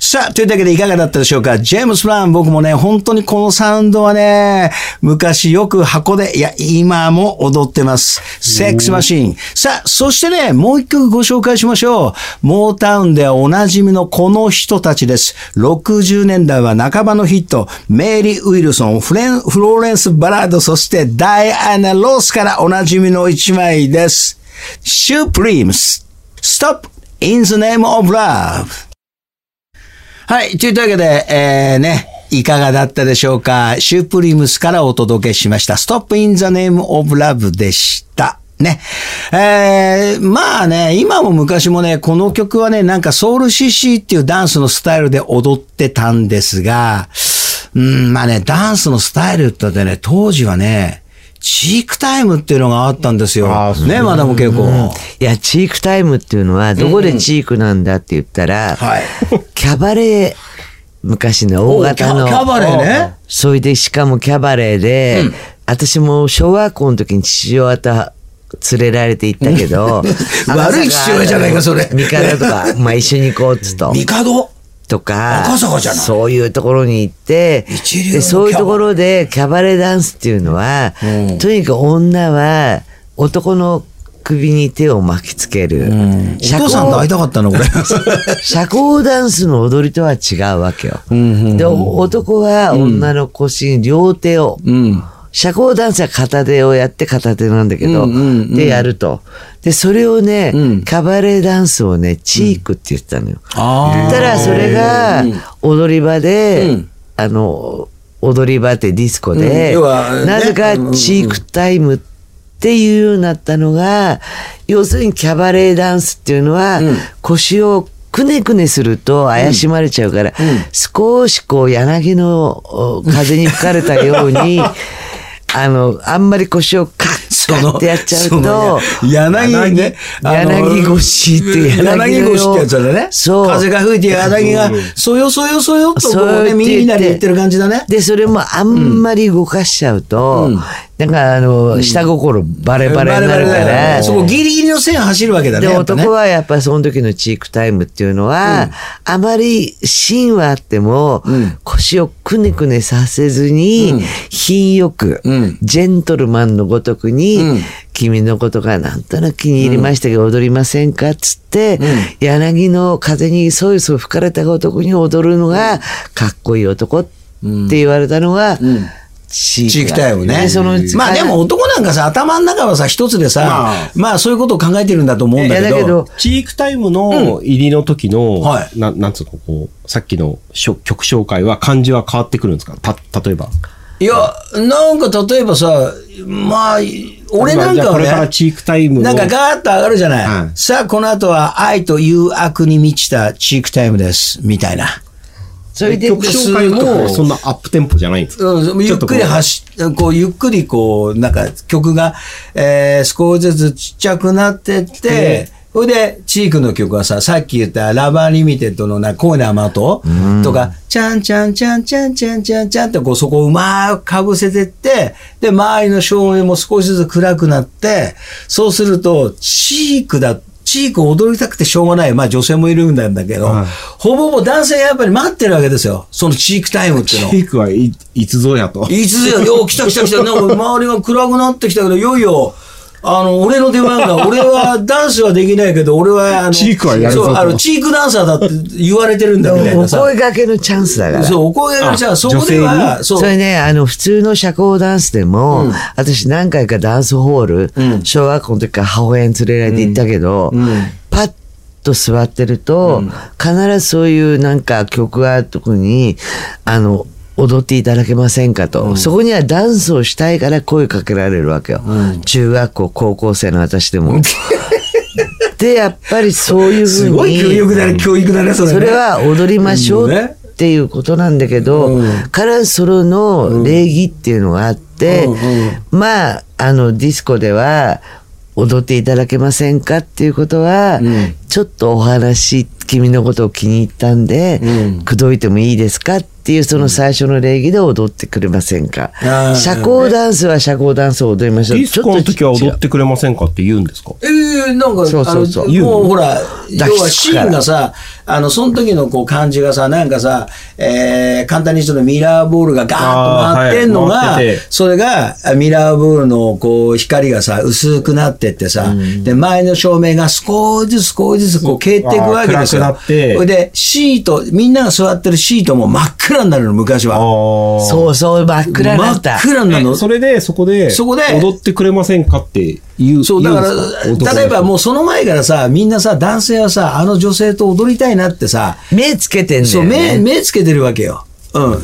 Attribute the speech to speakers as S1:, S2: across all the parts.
S1: さあ、というわけでいかがだったでしょうかジェームス・ブラウン、僕もね、本当にこのサウンドはね、昔よく箱で、いや、今も踊ってます。セックスマシーン。さあ、そしてね、もう一曲ご紹介しましょう。モータウンではおなじみのこの人たちです。60年代は半ばのヒット、メイリー・ウィルソン、フレンフローレンス・バラード、そしてダイアナ・ロースからおなじみの一枚です。シュプリームス、Stop in the name of love。はい。というわけで、えー、ね、いかがだったでしょうか。シュープリムスからお届けしました。Stop in the name of love でした。ね。えー、まあね、今も昔もね、この曲はね、なんかソウル CC っていうダンスのスタイルで踊ってたんですが、うん、まあね、ダンスのスタイルってね、当時はね、チークタイムっていうのがあったんですよ。
S2: あーそう
S1: ね、マダム結構。
S3: いや、チークタイムっていうのは、どこでチークなんだって言ったら、
S1: はい。
S3: キャバレー、昔の大型の。
S1: おキャキャバレーね。
S3: それで、しかもキャバレーで、私も小学校の時に父親と連れられて行ったけど、
S1: 悪い父親じゃないかそれ
S3: 味方とか、まあ一緒に行こうっつ と。
S1: ミカド
S3: とか、
S1: 赤坂じゃない
S3: そういうところに行って、
S1: 一流の
S3: でそういう
S1: キャバレー
S3: ところでキャバレーダンスっていうのは、とにかく女は男の首に手を巻きつける。
S1: お父さんと会いたかったの、こ れ。
S3: 社交ダンスの踊りとは違うわけよ。で、男は女の腰に両手を、社交ダンスは片手をやって片手なんだけど、でやると。で、それをね、キャバレーダンスをね、チークって言ってたのよ。
S1: あ
S3: 言ったら、それが踊り場で、あの、踊り場ってディスコ
S1: うん
S3: で、
S1: 要はね
S3: なぜかチークタイムっていうようになったのが、要するにキャバレーダンスっていうのは、腰をくねくねすると怪しまれちゃうから、少しこう柳のお風に吹かれたよう に、あの、あんまり腰をカッカッってやっちゃう
S1: その
S3: と、
S1: 柳ね。あの
S3: 柳腰って
S1: 柳腰ってやつだね。
S3: そう
S1: 風が吹いて柳が、そよそよそよっとこうね、
S3: そう言って
S1: みんなで言ってる感じだね。
S3: で、それもあんまり動かしちゃうと、なんかあの、下心バレバレになるか
S1: バレバレ
S3: ら、
S1: そこギリギリの線走るわけだね。
S3: で、
S1: やっぱね
S3: 男はやっぱりその時のチークタイムっていうのは、あまり芯はあっても、腰をくねくねさせずに、品よく、ジェントルマンのごとくに、君のことがなんとなく気に入りましたけど踊りませんかっつって、柳の風にそよそよ吹かれたごとくに踊るのが、かっこいい男って言われたのが、チ
S1: チーク
S3: だ
S1: タイムね。
S3: でその
S1: まあでも男なんかさ、頭の中はさ、一つでさ、まあそういうことを考えてるんだと思うん
S3: い
S1: だ
S3: や
S1: け
S3: だけ
S1: ど
S3: ど、、
S2: チークタイムの入りの時の、
S1: は
S2: ななんつうの、こう、さっきのしょ曲紹介は漢字は変わってくるんですかた、例えば。
S1: いや、なんか例えばさ、まあ、俺なん
S2: じゃ
S1: か
S2: あこ
S1: は
S2: れ
S1: ね、
S2: からチークタイムの。
S1: なんかガーッと上がるじゃない。
S2: はい
S1: さあ、この後は愛と誘惑に満ちたチークタイムです。みたいな。
S3: それで、
S2: 曲紹介もそんなアップテンポじゃないんですか
S1: うんゆっくり走っこう、ゆっくりこう、なんか曲が、えー少しずつちっちゃくなってって、それで、チークの曲はさ、さっき言ったラバーリミテッドのな、恋の雨音とか、ちゃんちゃんちゃんちゃんちゃんちゃんちゃんってこう、そこをうまーくかぶせてって、で、周りの照明も少しずつ暗くなって、そうすると、チークだ、チークを踊りたくてしょうがない。まあ女性もいるんだけど、
S2: はい
S1: ほぼほぼ男性がやっぱり待ってるわけですよ。そのチークタイムっていうのを
S2: チ。ークはいいつぞやと。
S1: いつだよ、よう来た来た来た、なんか周りが暗くなってきたけど、いよいよ、あの、俺の出番が、 俺はダンスはできないけど、俺は、あの、
S2: チークはやるぞと
S1: そう、あの、チークダンサーだって言われてるんだみたい
S3: お
S1: なさ。
S3: 声掛けのチャンスだから。
S1: そう、お声がけじゃあ、
S2: あ
S1: そこでは、
S2: 女
S1: そ、
S3: そうれね、あの、普通の社交ダンスでも、私何回かダンスホール、小学校の時から母親に連れられて行ったけど、パッと座ってると、必ずそういうなんか曲があるとこに、あの、踊っていただけませんかと、そこにはダンスをしたいから声かけられるわけよ。中学校、高校生の 私でも。で、やっぱりそういうふうに。
S1: すごい教育だね、教育だね、それね。
S3: それは踊りましょう
S1: ね
S3: っていうことなんだけど、からそれの礼儀っていうのがあって、まああのディスコでは踊っていただけませんかっていうことは、ちょっとお話君のことを気に入ったんで、口説いてもいいですかっていうその最初の礼儀で踊ってくれませんか、
S1: あー
S3: 社交ダンスは社交ダンスを踊りましょう
S2: ディスコの時は踊ってくれませんかって言うんですか
S1: ええなんか、
S3: そうそうそ
S1: あ
S3: う
S1: のもうほら、
S3: 抱
S1: 要
S3: き
S1: は
S3: つく
S1: シ
S3: から
S1: ーンがさ、あの、その時のこう感じがさ、なんかさ、えー簡単に言うとミラーボールがガーッと回ってんの
S2: あー
S1: が、
S2: はい回ってて
S1: それがミラーボールのこう光がさ、薄くなってってさ、で、前の照明が少しずつ少しずつこう消えていくわけですよ。
S2: あー暗くなって
S1: それで、シート、みんなが座ってるシートも真っ暗になるの、昔は。
S2: あー
S3: そうそう、真っ暗にな
S1: 真
S3: っ。
S1: った暗になるの。
S2: えそれで、そこで、
S1: そこで
S2: 踊ってくれませんかって言う。
S1: そう、だか
S2: 言んです
S1: ら、
S2: 男の人
S1: 例えばもうその前からさ、みんなさ、男性はさ、あの女性と踊りたいなってさ、
S3: 目つけてんだ
S1: そ
S3: よ、
S1: う、目、
S3: ね。
S1: 目つけてるわけよ。うん。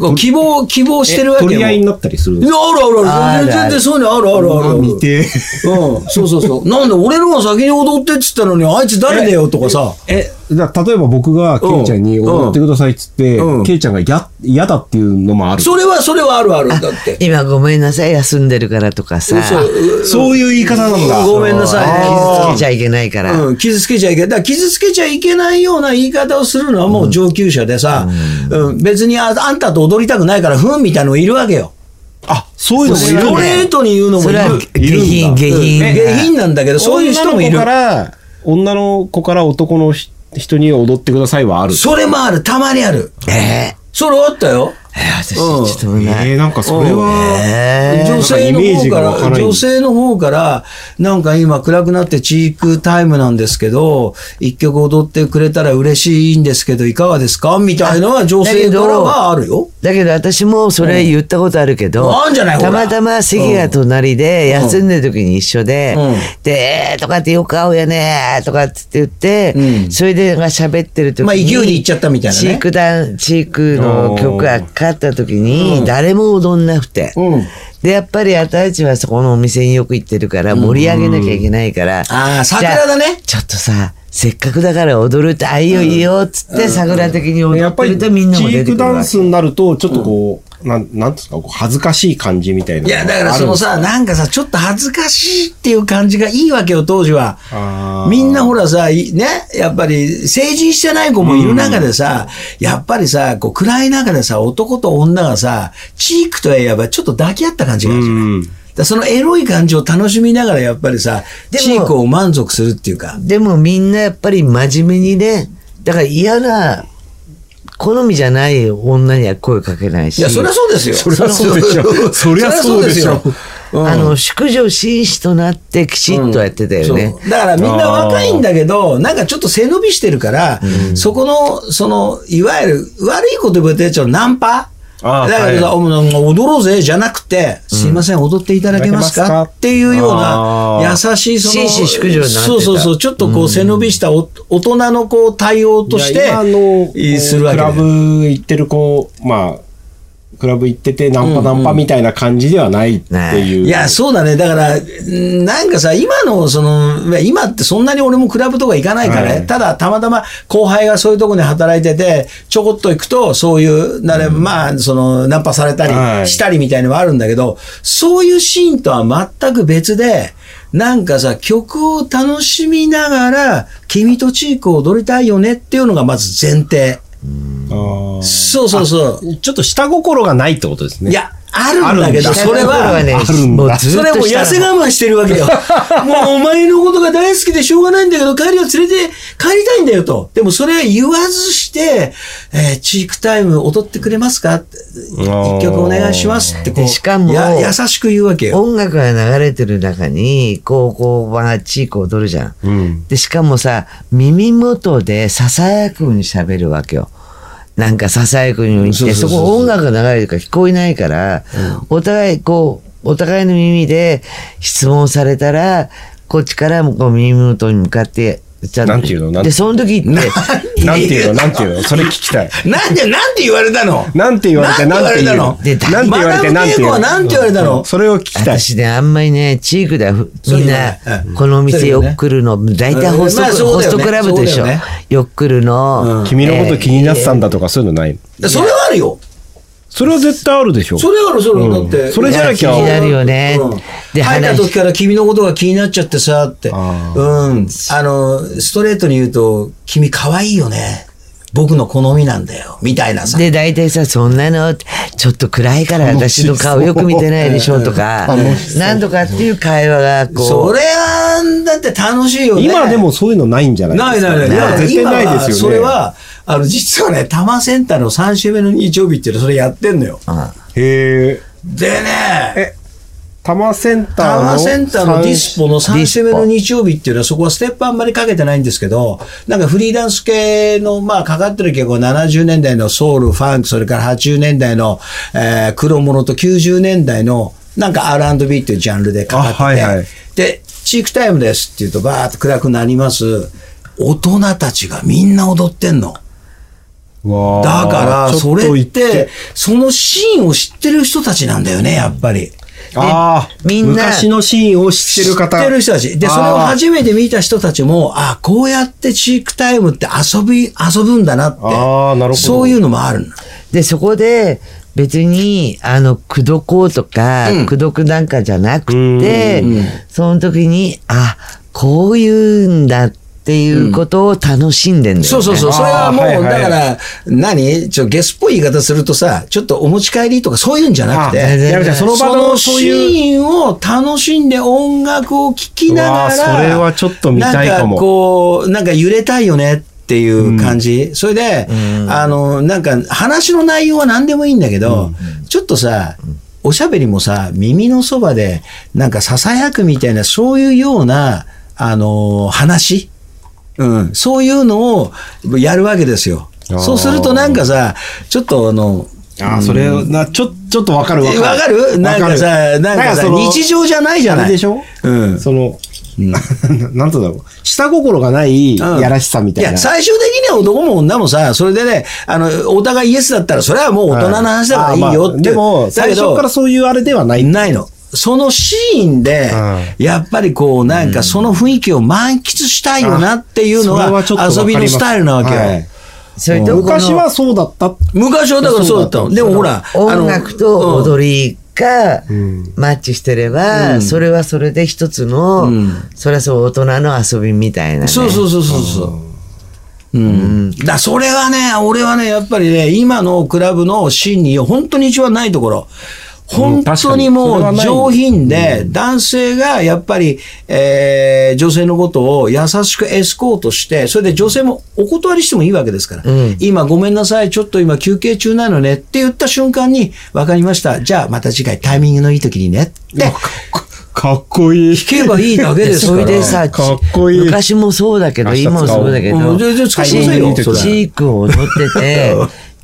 S1: こう希望、希望してるわけよ。
S2: 取り合いに
S1: い
S2: なったりするんで
S1: や
S2: す
S1: あるあるあ
S3: あ
S1: る。
S3: るあ
S1: 全
S3: る
S1: 然そういうのあるあるあるあ
S2: か
S1: る。
S2: 見
S1: う
S2: て。
S1: ん、そうそうそう。 なんで俺のが先に踊ってっつったのに、あいつ誰だよとかさ。
S2: え、だから例えば僕がケイちゃんに
S1: うん
S2: 踊ってくださいっつって
S1: うん、
S2: ケイちゃんがや嫌だっていうのもある。
S1: それは、それはあるあるだって。
S3: 今ごめんなさい、休んでるからとかさ。
S1: そう
S2: そういう言い方なんだ
S1: ごめんな
S3: あ
S1: さいね。
S3: ー
S1: 傷つけ
S3: 傷つ
S1: ち
S3: けち
S1: ゃ
S3: ゃいけないから。
S1: うん、傷つけちゃいけない。だから傷つけちゃいけないような言い方をするのはもう上級者でさ、うん、別にああんたと踊りたくないから、ふんみたいのいるわけよ。
S2: あ、そういうのもい
S1: ス
S2: るん
S1: ト
S2: だ
S1: レートに言うのも
S3: そ
S1: い
S3: れ
S1: る。
S3: は下
S2: いるん
S3: 品、
S2: だ
S3: 下品。
S1: 下品なんだけど、そういう人もいる
S2: 女の子か。ら、女の子から男のひ人に踊ってくださいはある。
S1: それもある、たまにある。
S3: え
S1: それあったよ。
S3: ー、えー私、ちょっと危ない。
S2: えー、なんかそれは、
S3: え
S1: 女性の
S2: なんかイメー
S1: 方
S2: ジ
S1: か、
S2: が湧からない
S1: 女性の方から、なんか今暗くなってチークタイムなんですけど、一曲踊ってくれたら嬉しいんですけど、いかがですかみたいのは女性からはあるよ。
S3: だけど私もそれ言ったことあるけど、
S1: うんあんじゃないほら
S3: たまたま席が隣で休んでる時に一緒で、
S1: うん
S3: で、えーとかってよく会うよねーとかって言って、
S1: うん
S3: それでなんか喋ってる時に、
S1: まあ勢いで行っちゃったみたいなね
S3: チークダン、チークの曲がかかった時に、誰も踊んなくて。
S1: うん
S3: で、やっぱり私たちはそこのお店によく行ってるから、盛り上げなきゃいけないから。
S1: あー桜だね
S3: じゃあちょっとさ、せっかくだから踊るって、あいいよいいよ、っつって、桜的に踊
S2: やっ
S3: っ
S2: ぱ
S3: て
S2: り、
S3: る
S2: チ
S3: とみんなも出て
S2: ー
S3: く
S2: ク
S3: るわけ
S2: ダンスになると、ちょっとこう、なん、なんですか、こう恥ずかしい感じみたいな。
S1: いや、だからその、さ、なんかさ、ちょっと恥ずかしいっていう感じがいいわけよ、当時は
S2: あ。ー
S1: みんなほらさ、いね、やっぱり成人してない子もいる中でさ、やっぱりさ、こう暗い中でさ、男と女がさ、チークといえばちょっと抱き合った感じがあ
S2: う
S1: るじゃん。
S2: ん。
S1: だからそのエロい感じを楽しみながらやっぱりさ、
S3: でも
S1: チークを満足するっていうか。
S3: でもみんなやっぱり真面目にね、だから嫌な、好みじゃない女には声かけないし。
S1: いや、そりゃそうですよ。そ
S2: りゃそうでしょそりゃそうでしょ
S1: りゃそうですよ。うん
S3: あの、淑女紳士となってきちっとやってたよね
S1: そ。うだからみんな若いんだけど、なんかちょっと背伸びしてるから、そこの、その、いわゆる悪い言葉で言っちゃうナンパ
S2: あ
S1: だ
S2: ー
S1: けど、
S2: はい
S1: おなんか踊ろうぜじゃなくて、すいません、踊っていただけます
S2: いただけ
S1: か
S2: ますか
S1: っていうような
S2: あ、ー
S1: 優しい、その、
S3: 紳士淑女になってた
S1: そうそうそう、ちょっとこう背伸びしたお大人のこう対応とし
S2: い
S1: て
S2: や今の、こ、う
S1: するわ
S2: ク
S1: けだ
S2: ラ
S1: よ
S2: ブ行ってる子、まあ、クラブ行ってて、ナンパナンパみたいな感じではないっていう。
S1: いや、そうだね。だから、んなんかさ、今の、その、まあ今ってそんなに俺もクラブとか行かないからね。
S2: はい
S1: ただ、たまたま後輩がそういうとこに働いてて、ちょこっと行くと、そういう、なれ、まあ、その、ナンパされた
S2: は
S1: り、
S2: い
S1: したりみたいのはあるんだけど、そういうシーンとは全く別で、なんかさ、曲を楽しみながら、君とチークを踊りたいよねっていうのがまず前提。
S2: あー
S1: そうそうそう。
S2: ちょっと下心がないってことですね。
S1: いや、あるんだけど、
S2: あるんだ
S1: それは、
S3: ね
S2: あるんだ
S3: もうず
S1: そ
S3: っ
S1: れはも
S3: と
S1: う
S3: した
S1: 痩せ我慢してるわ けよ。もうお前のことが大好きでしょうがないんだけど、帰りは連れて帰りたいんだよと。でもそれは言わずして、えーチークタイム踊ってくれますかって
S2: ー
S1: 一曲お願いしますってこう。
S3: でしかも
S1: や優しく言うわけよ。
S3: 音楽が流れてる中に、こう、こう、バーチーク踊るじゃん。
S2: うん。
S3: で、しかもさ、耳元で囁くように喋るわけよ。なんか囁くようにして、そこ音楽が流れてるから聞こえないから、お互いこう、お互いの耳で質問されたら、こっちからもこう耳元に向かって、ちゃんと
S2: なんていうのなんて
S3: で、その時って、
S2: なんていうのなんていうのそれ聞きたい。
S1: なんで、なんて言われたの
S2: なんて言われて、なん
S1: なん
S2: て
S1: て
S2: 言
S1: 言
S2: う
S1: わ
S2: の
S1: れ
S3: たの
S2: なんて言われ
S1: マ
S2: て、なんて言われて。
S1: ダム稽古はなんて言われたの
S2: うんそれを聞きたい。
S3: 私ね、あんまりね、チークではふ
S1: そう
S3: みん
S1: よ
S3: な
S1: ね、
S3: このお店よく来るの、大体ホスト
S1: まあそうだよ
S3: ホ
S1: ね
S3: ストクラブと一
S1: そ
S3: 緒
S1: うだよね。
S3: よく来る
S1: う
S3: の
S1: ん。
S2: 君のこと気になってたんだとか、そういうのない。
S1: それはあるよ。
S2: それは絶対あるでしょ。
S1: それはある、それはだって。
S2: それじゃなきゃ
S3: 気になるよね
S1: うん
S3: で
S1: 入った
S3: 話
S1: 時から君のことが気になっちゃってさって。うん。
S2: あ
S1: あの、ストレートに言うと、君可愛いよね。僕の好みなんだよ。みたいなさ。
S3: で、大体さ、そんなの、ちちょっと暗いから私の顔よく見てないでしょとか
S4: 楽し、そう
S3: 何とかっていう会話が
S1: そ
S3: こ
S1: れは、だって楽しいよね。
S2: 今でもそういうのないんじゃない
S1: ないないない。
S2: い
S1: だ
S2: や
S1: から
S2: 絶対ないですよね。
S1: 今はそれは、あの、実はね、多摩センターの3週目の日曜日っていうのそれやってんのよ。
S2: へえ。
S1: でね、
S2: え、多摩セン
S1: タ
S2: ターの。
S1: ワーセンターのディスポの3週目
S3: ディ
S1: の
S3: スポ
S1: 日曜日っていうのは、そこはステップあんまりかけてないんですけど、なんかフリーダンス系の、まあ、かかってる曲は70年代のソウル、ファンク、それから80年代の、えー黒物と90年代の、なんか R&B っていうジャンルでかかってて、
S2: あはいはい
S1: で、チークタイムですっていうと、バーっと暗くなります。大人たちがみんな踊ってんの。
S2: わ
S1: だ
S2: ー
S1: から、
S2: ちょ
S1: それ
S2: と
S1: っ
S2: 行
S1: て、そのシーンを知ってる人たちなんだよね、やっぱり。
S2: ああ、
S3: みんな
S2: 昔のシーンを知ってる方。
S1: 知ってる人たち。で、
S2: あー
S1: それを初めて見た人たちも、ああ、こうやってチークタイムって遊び、遊ぶんだなって。
S2: あーなるほど
S1: そういうのもあるの
S3: で、そこで別に、あの、くどこうとか、くどくなんかじゃなくて、その時に、あ、こういうんだっていうことを楽しんでんだよね。
S1: そうそうそう。それはもう、
S2: あーはいはい
S1: だから、何ちょ、ゲスっぽい言い方するとさ、ちょっとお持ち帰りとかそういうんじゃなくて。
S2: あやめちゃんその場のそういう。
S1: シーンを楽しんで音楽を聴きながら、
S2: うわーそれはちょっと見たいか
S1: な
S2: も
S1: んかこう、なんか揺れたいよねっていう感じ。それで、あの、なんか話の内容は何でもいいんだけど、ちょっとさ、おしゃべりもさ、耳のそばで、なんか囁くみたいな、そういうような、あの、話。うん、そういうのをやるわけですよ。
S2: あー
S1: そうするとなんかさ、ちょっとあの、
S2: ああ、それを、な、ちょ、ちょっとわかるわ
S1: えわかるなんかさ、なんかさ、日常じゃないじゃ
S2: あ
S1: ない。
S2: れでしょ
S1: うん。
S2: その、 なんとだろう。下心がない
S1: うん
S2: やらしさみたいな。
S1: や、最終的には男も女もさ、それでね、あの、お互いイエスだったら、それはもう大人の話だからいいよって。
S2: あーまあでも、
S1: だ
S2: 最
S1: けど
S2: 初からそういうあれではない。
S1: ないの。そのシーンで、やっぱりこう、なんかその雰囲気を満喫したいよなっていうのが
S2: あそれはちょっとわかり
S1: 遊
S2: ます
S1: びのスタイルなわけよ。
S2: はい
S3: それとこの
S2: 昔はそうだった。
S1: 昔はだからそうだったの。でもほら、あの
S3: 音楽と踊りがマッチしてれば、それはそれで一つの、それはそう大人の遊びみたいなね。
S1: そうそうそうそうそう。うん、だそれはね、俺はね、やっぱりね、今のクラブのシーンに本当に一番ないところ。本当に
S2: うん
S1: もう
S2: 確かにそれは
S1: 上
S2: ない
S1: 品で、男性がやっぱり、えー女性のことを優しくエスコートして、それで女性もお断りしてもいいわけですから、今ごめんなさい、ちょっと今休憩中なのねって言った瞬間に、わかりました。じゃあまた次回タイミングのいい時にねって、
S2: かっこいい。
S1: 聞けばいいだけ
S3: で
S1: です
S3: そ
S1: か
S3: れ
S1: ら。
S3: でさ、
S2: かっこいい
S3: 昔もそうだけど、
S2: 明日使お
S3: 今
S2: う
S3: もそうだけ
S1: う
S3: ど、
S1: ん全然
S3: チ
S1: 使い
S2: ますよ
S3: ーク
S2: それ
S3: チークを踊って て、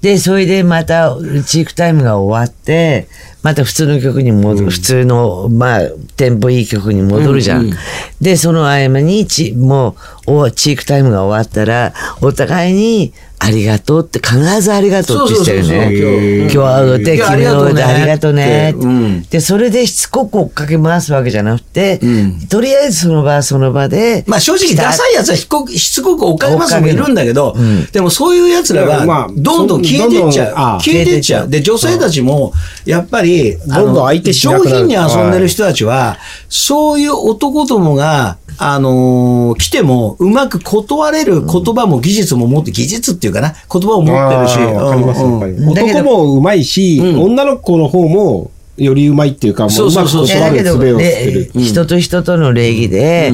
S3: で、それでまた、チークタイムが終わって、また普通の曲に戻る、普通の、まあ、テンポいい曲に戻るじゃん。で、その合間にチ、もう、おチークタイムが終わったら、お互いに、ありがとうって、必ずありがとうってしてる
S1: そうそうそうそう今日
S3: ね。今日は踊って、
S1: 今日あり
S3: 君
S1: がと
S3: の
S1: うね
S3: でありがとうね
S1: ってうん
S3: で、それでしつこく追っかけ回すわけじゃなくて、
S1: ん
S3: とりあえずその場その場で、
S1: まあ正直、ダサいやつはしつこくしつこく追っかけますのもいるんだけど、でもそういうやつら
S2: いやま
S1: は
S2: あ、
S1: どんどん消えてっちゃ
S2: ど
S1: う。
S2: んどんあ
S1: 消えてっちゃ
S3: 消えてっちゃ
S1: う。
S3: う
S1: で、女性たちも、やっぱり、あの
S2: どんどん相手しな
S1: 上
S2: くなる
S1: 品に遊んでる人たちは、そういう男どもが、あのー来ても、うまく断れる言葉も技術も持って、技術っていうかな、言葉を持ってるし。
S2: あーわかります、
S1: うん
S2: わかり
S1: うん
S2: ます
S3: だけど
S2: 男もうまいし、
S1: うん
S2: 女の子の方もよりうまいっていうか、も
S1: そうう
S2: う
S1: そ
S2: ま
S1: う
S2: く
S1: そう
S3: い
S2: 断
S3: やだけ
S2: る
S3: ど、
S2: 術を知って
S3: ね
S2: る。
S3: 人と人との礼儀で、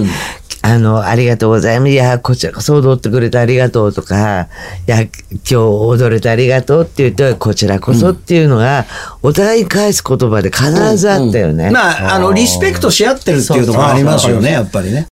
S3: あの、ありがとうございます。いや、こちらこそ踊ってくれてありがとうとか、いや、今日踊れてありがとうって言って、こちらこそっていうのが、お互いに返す言葉で必ずあったよね。
S1: まあ、あの、リスペクトし合ってるっていうのもありますよね、やっぱりね。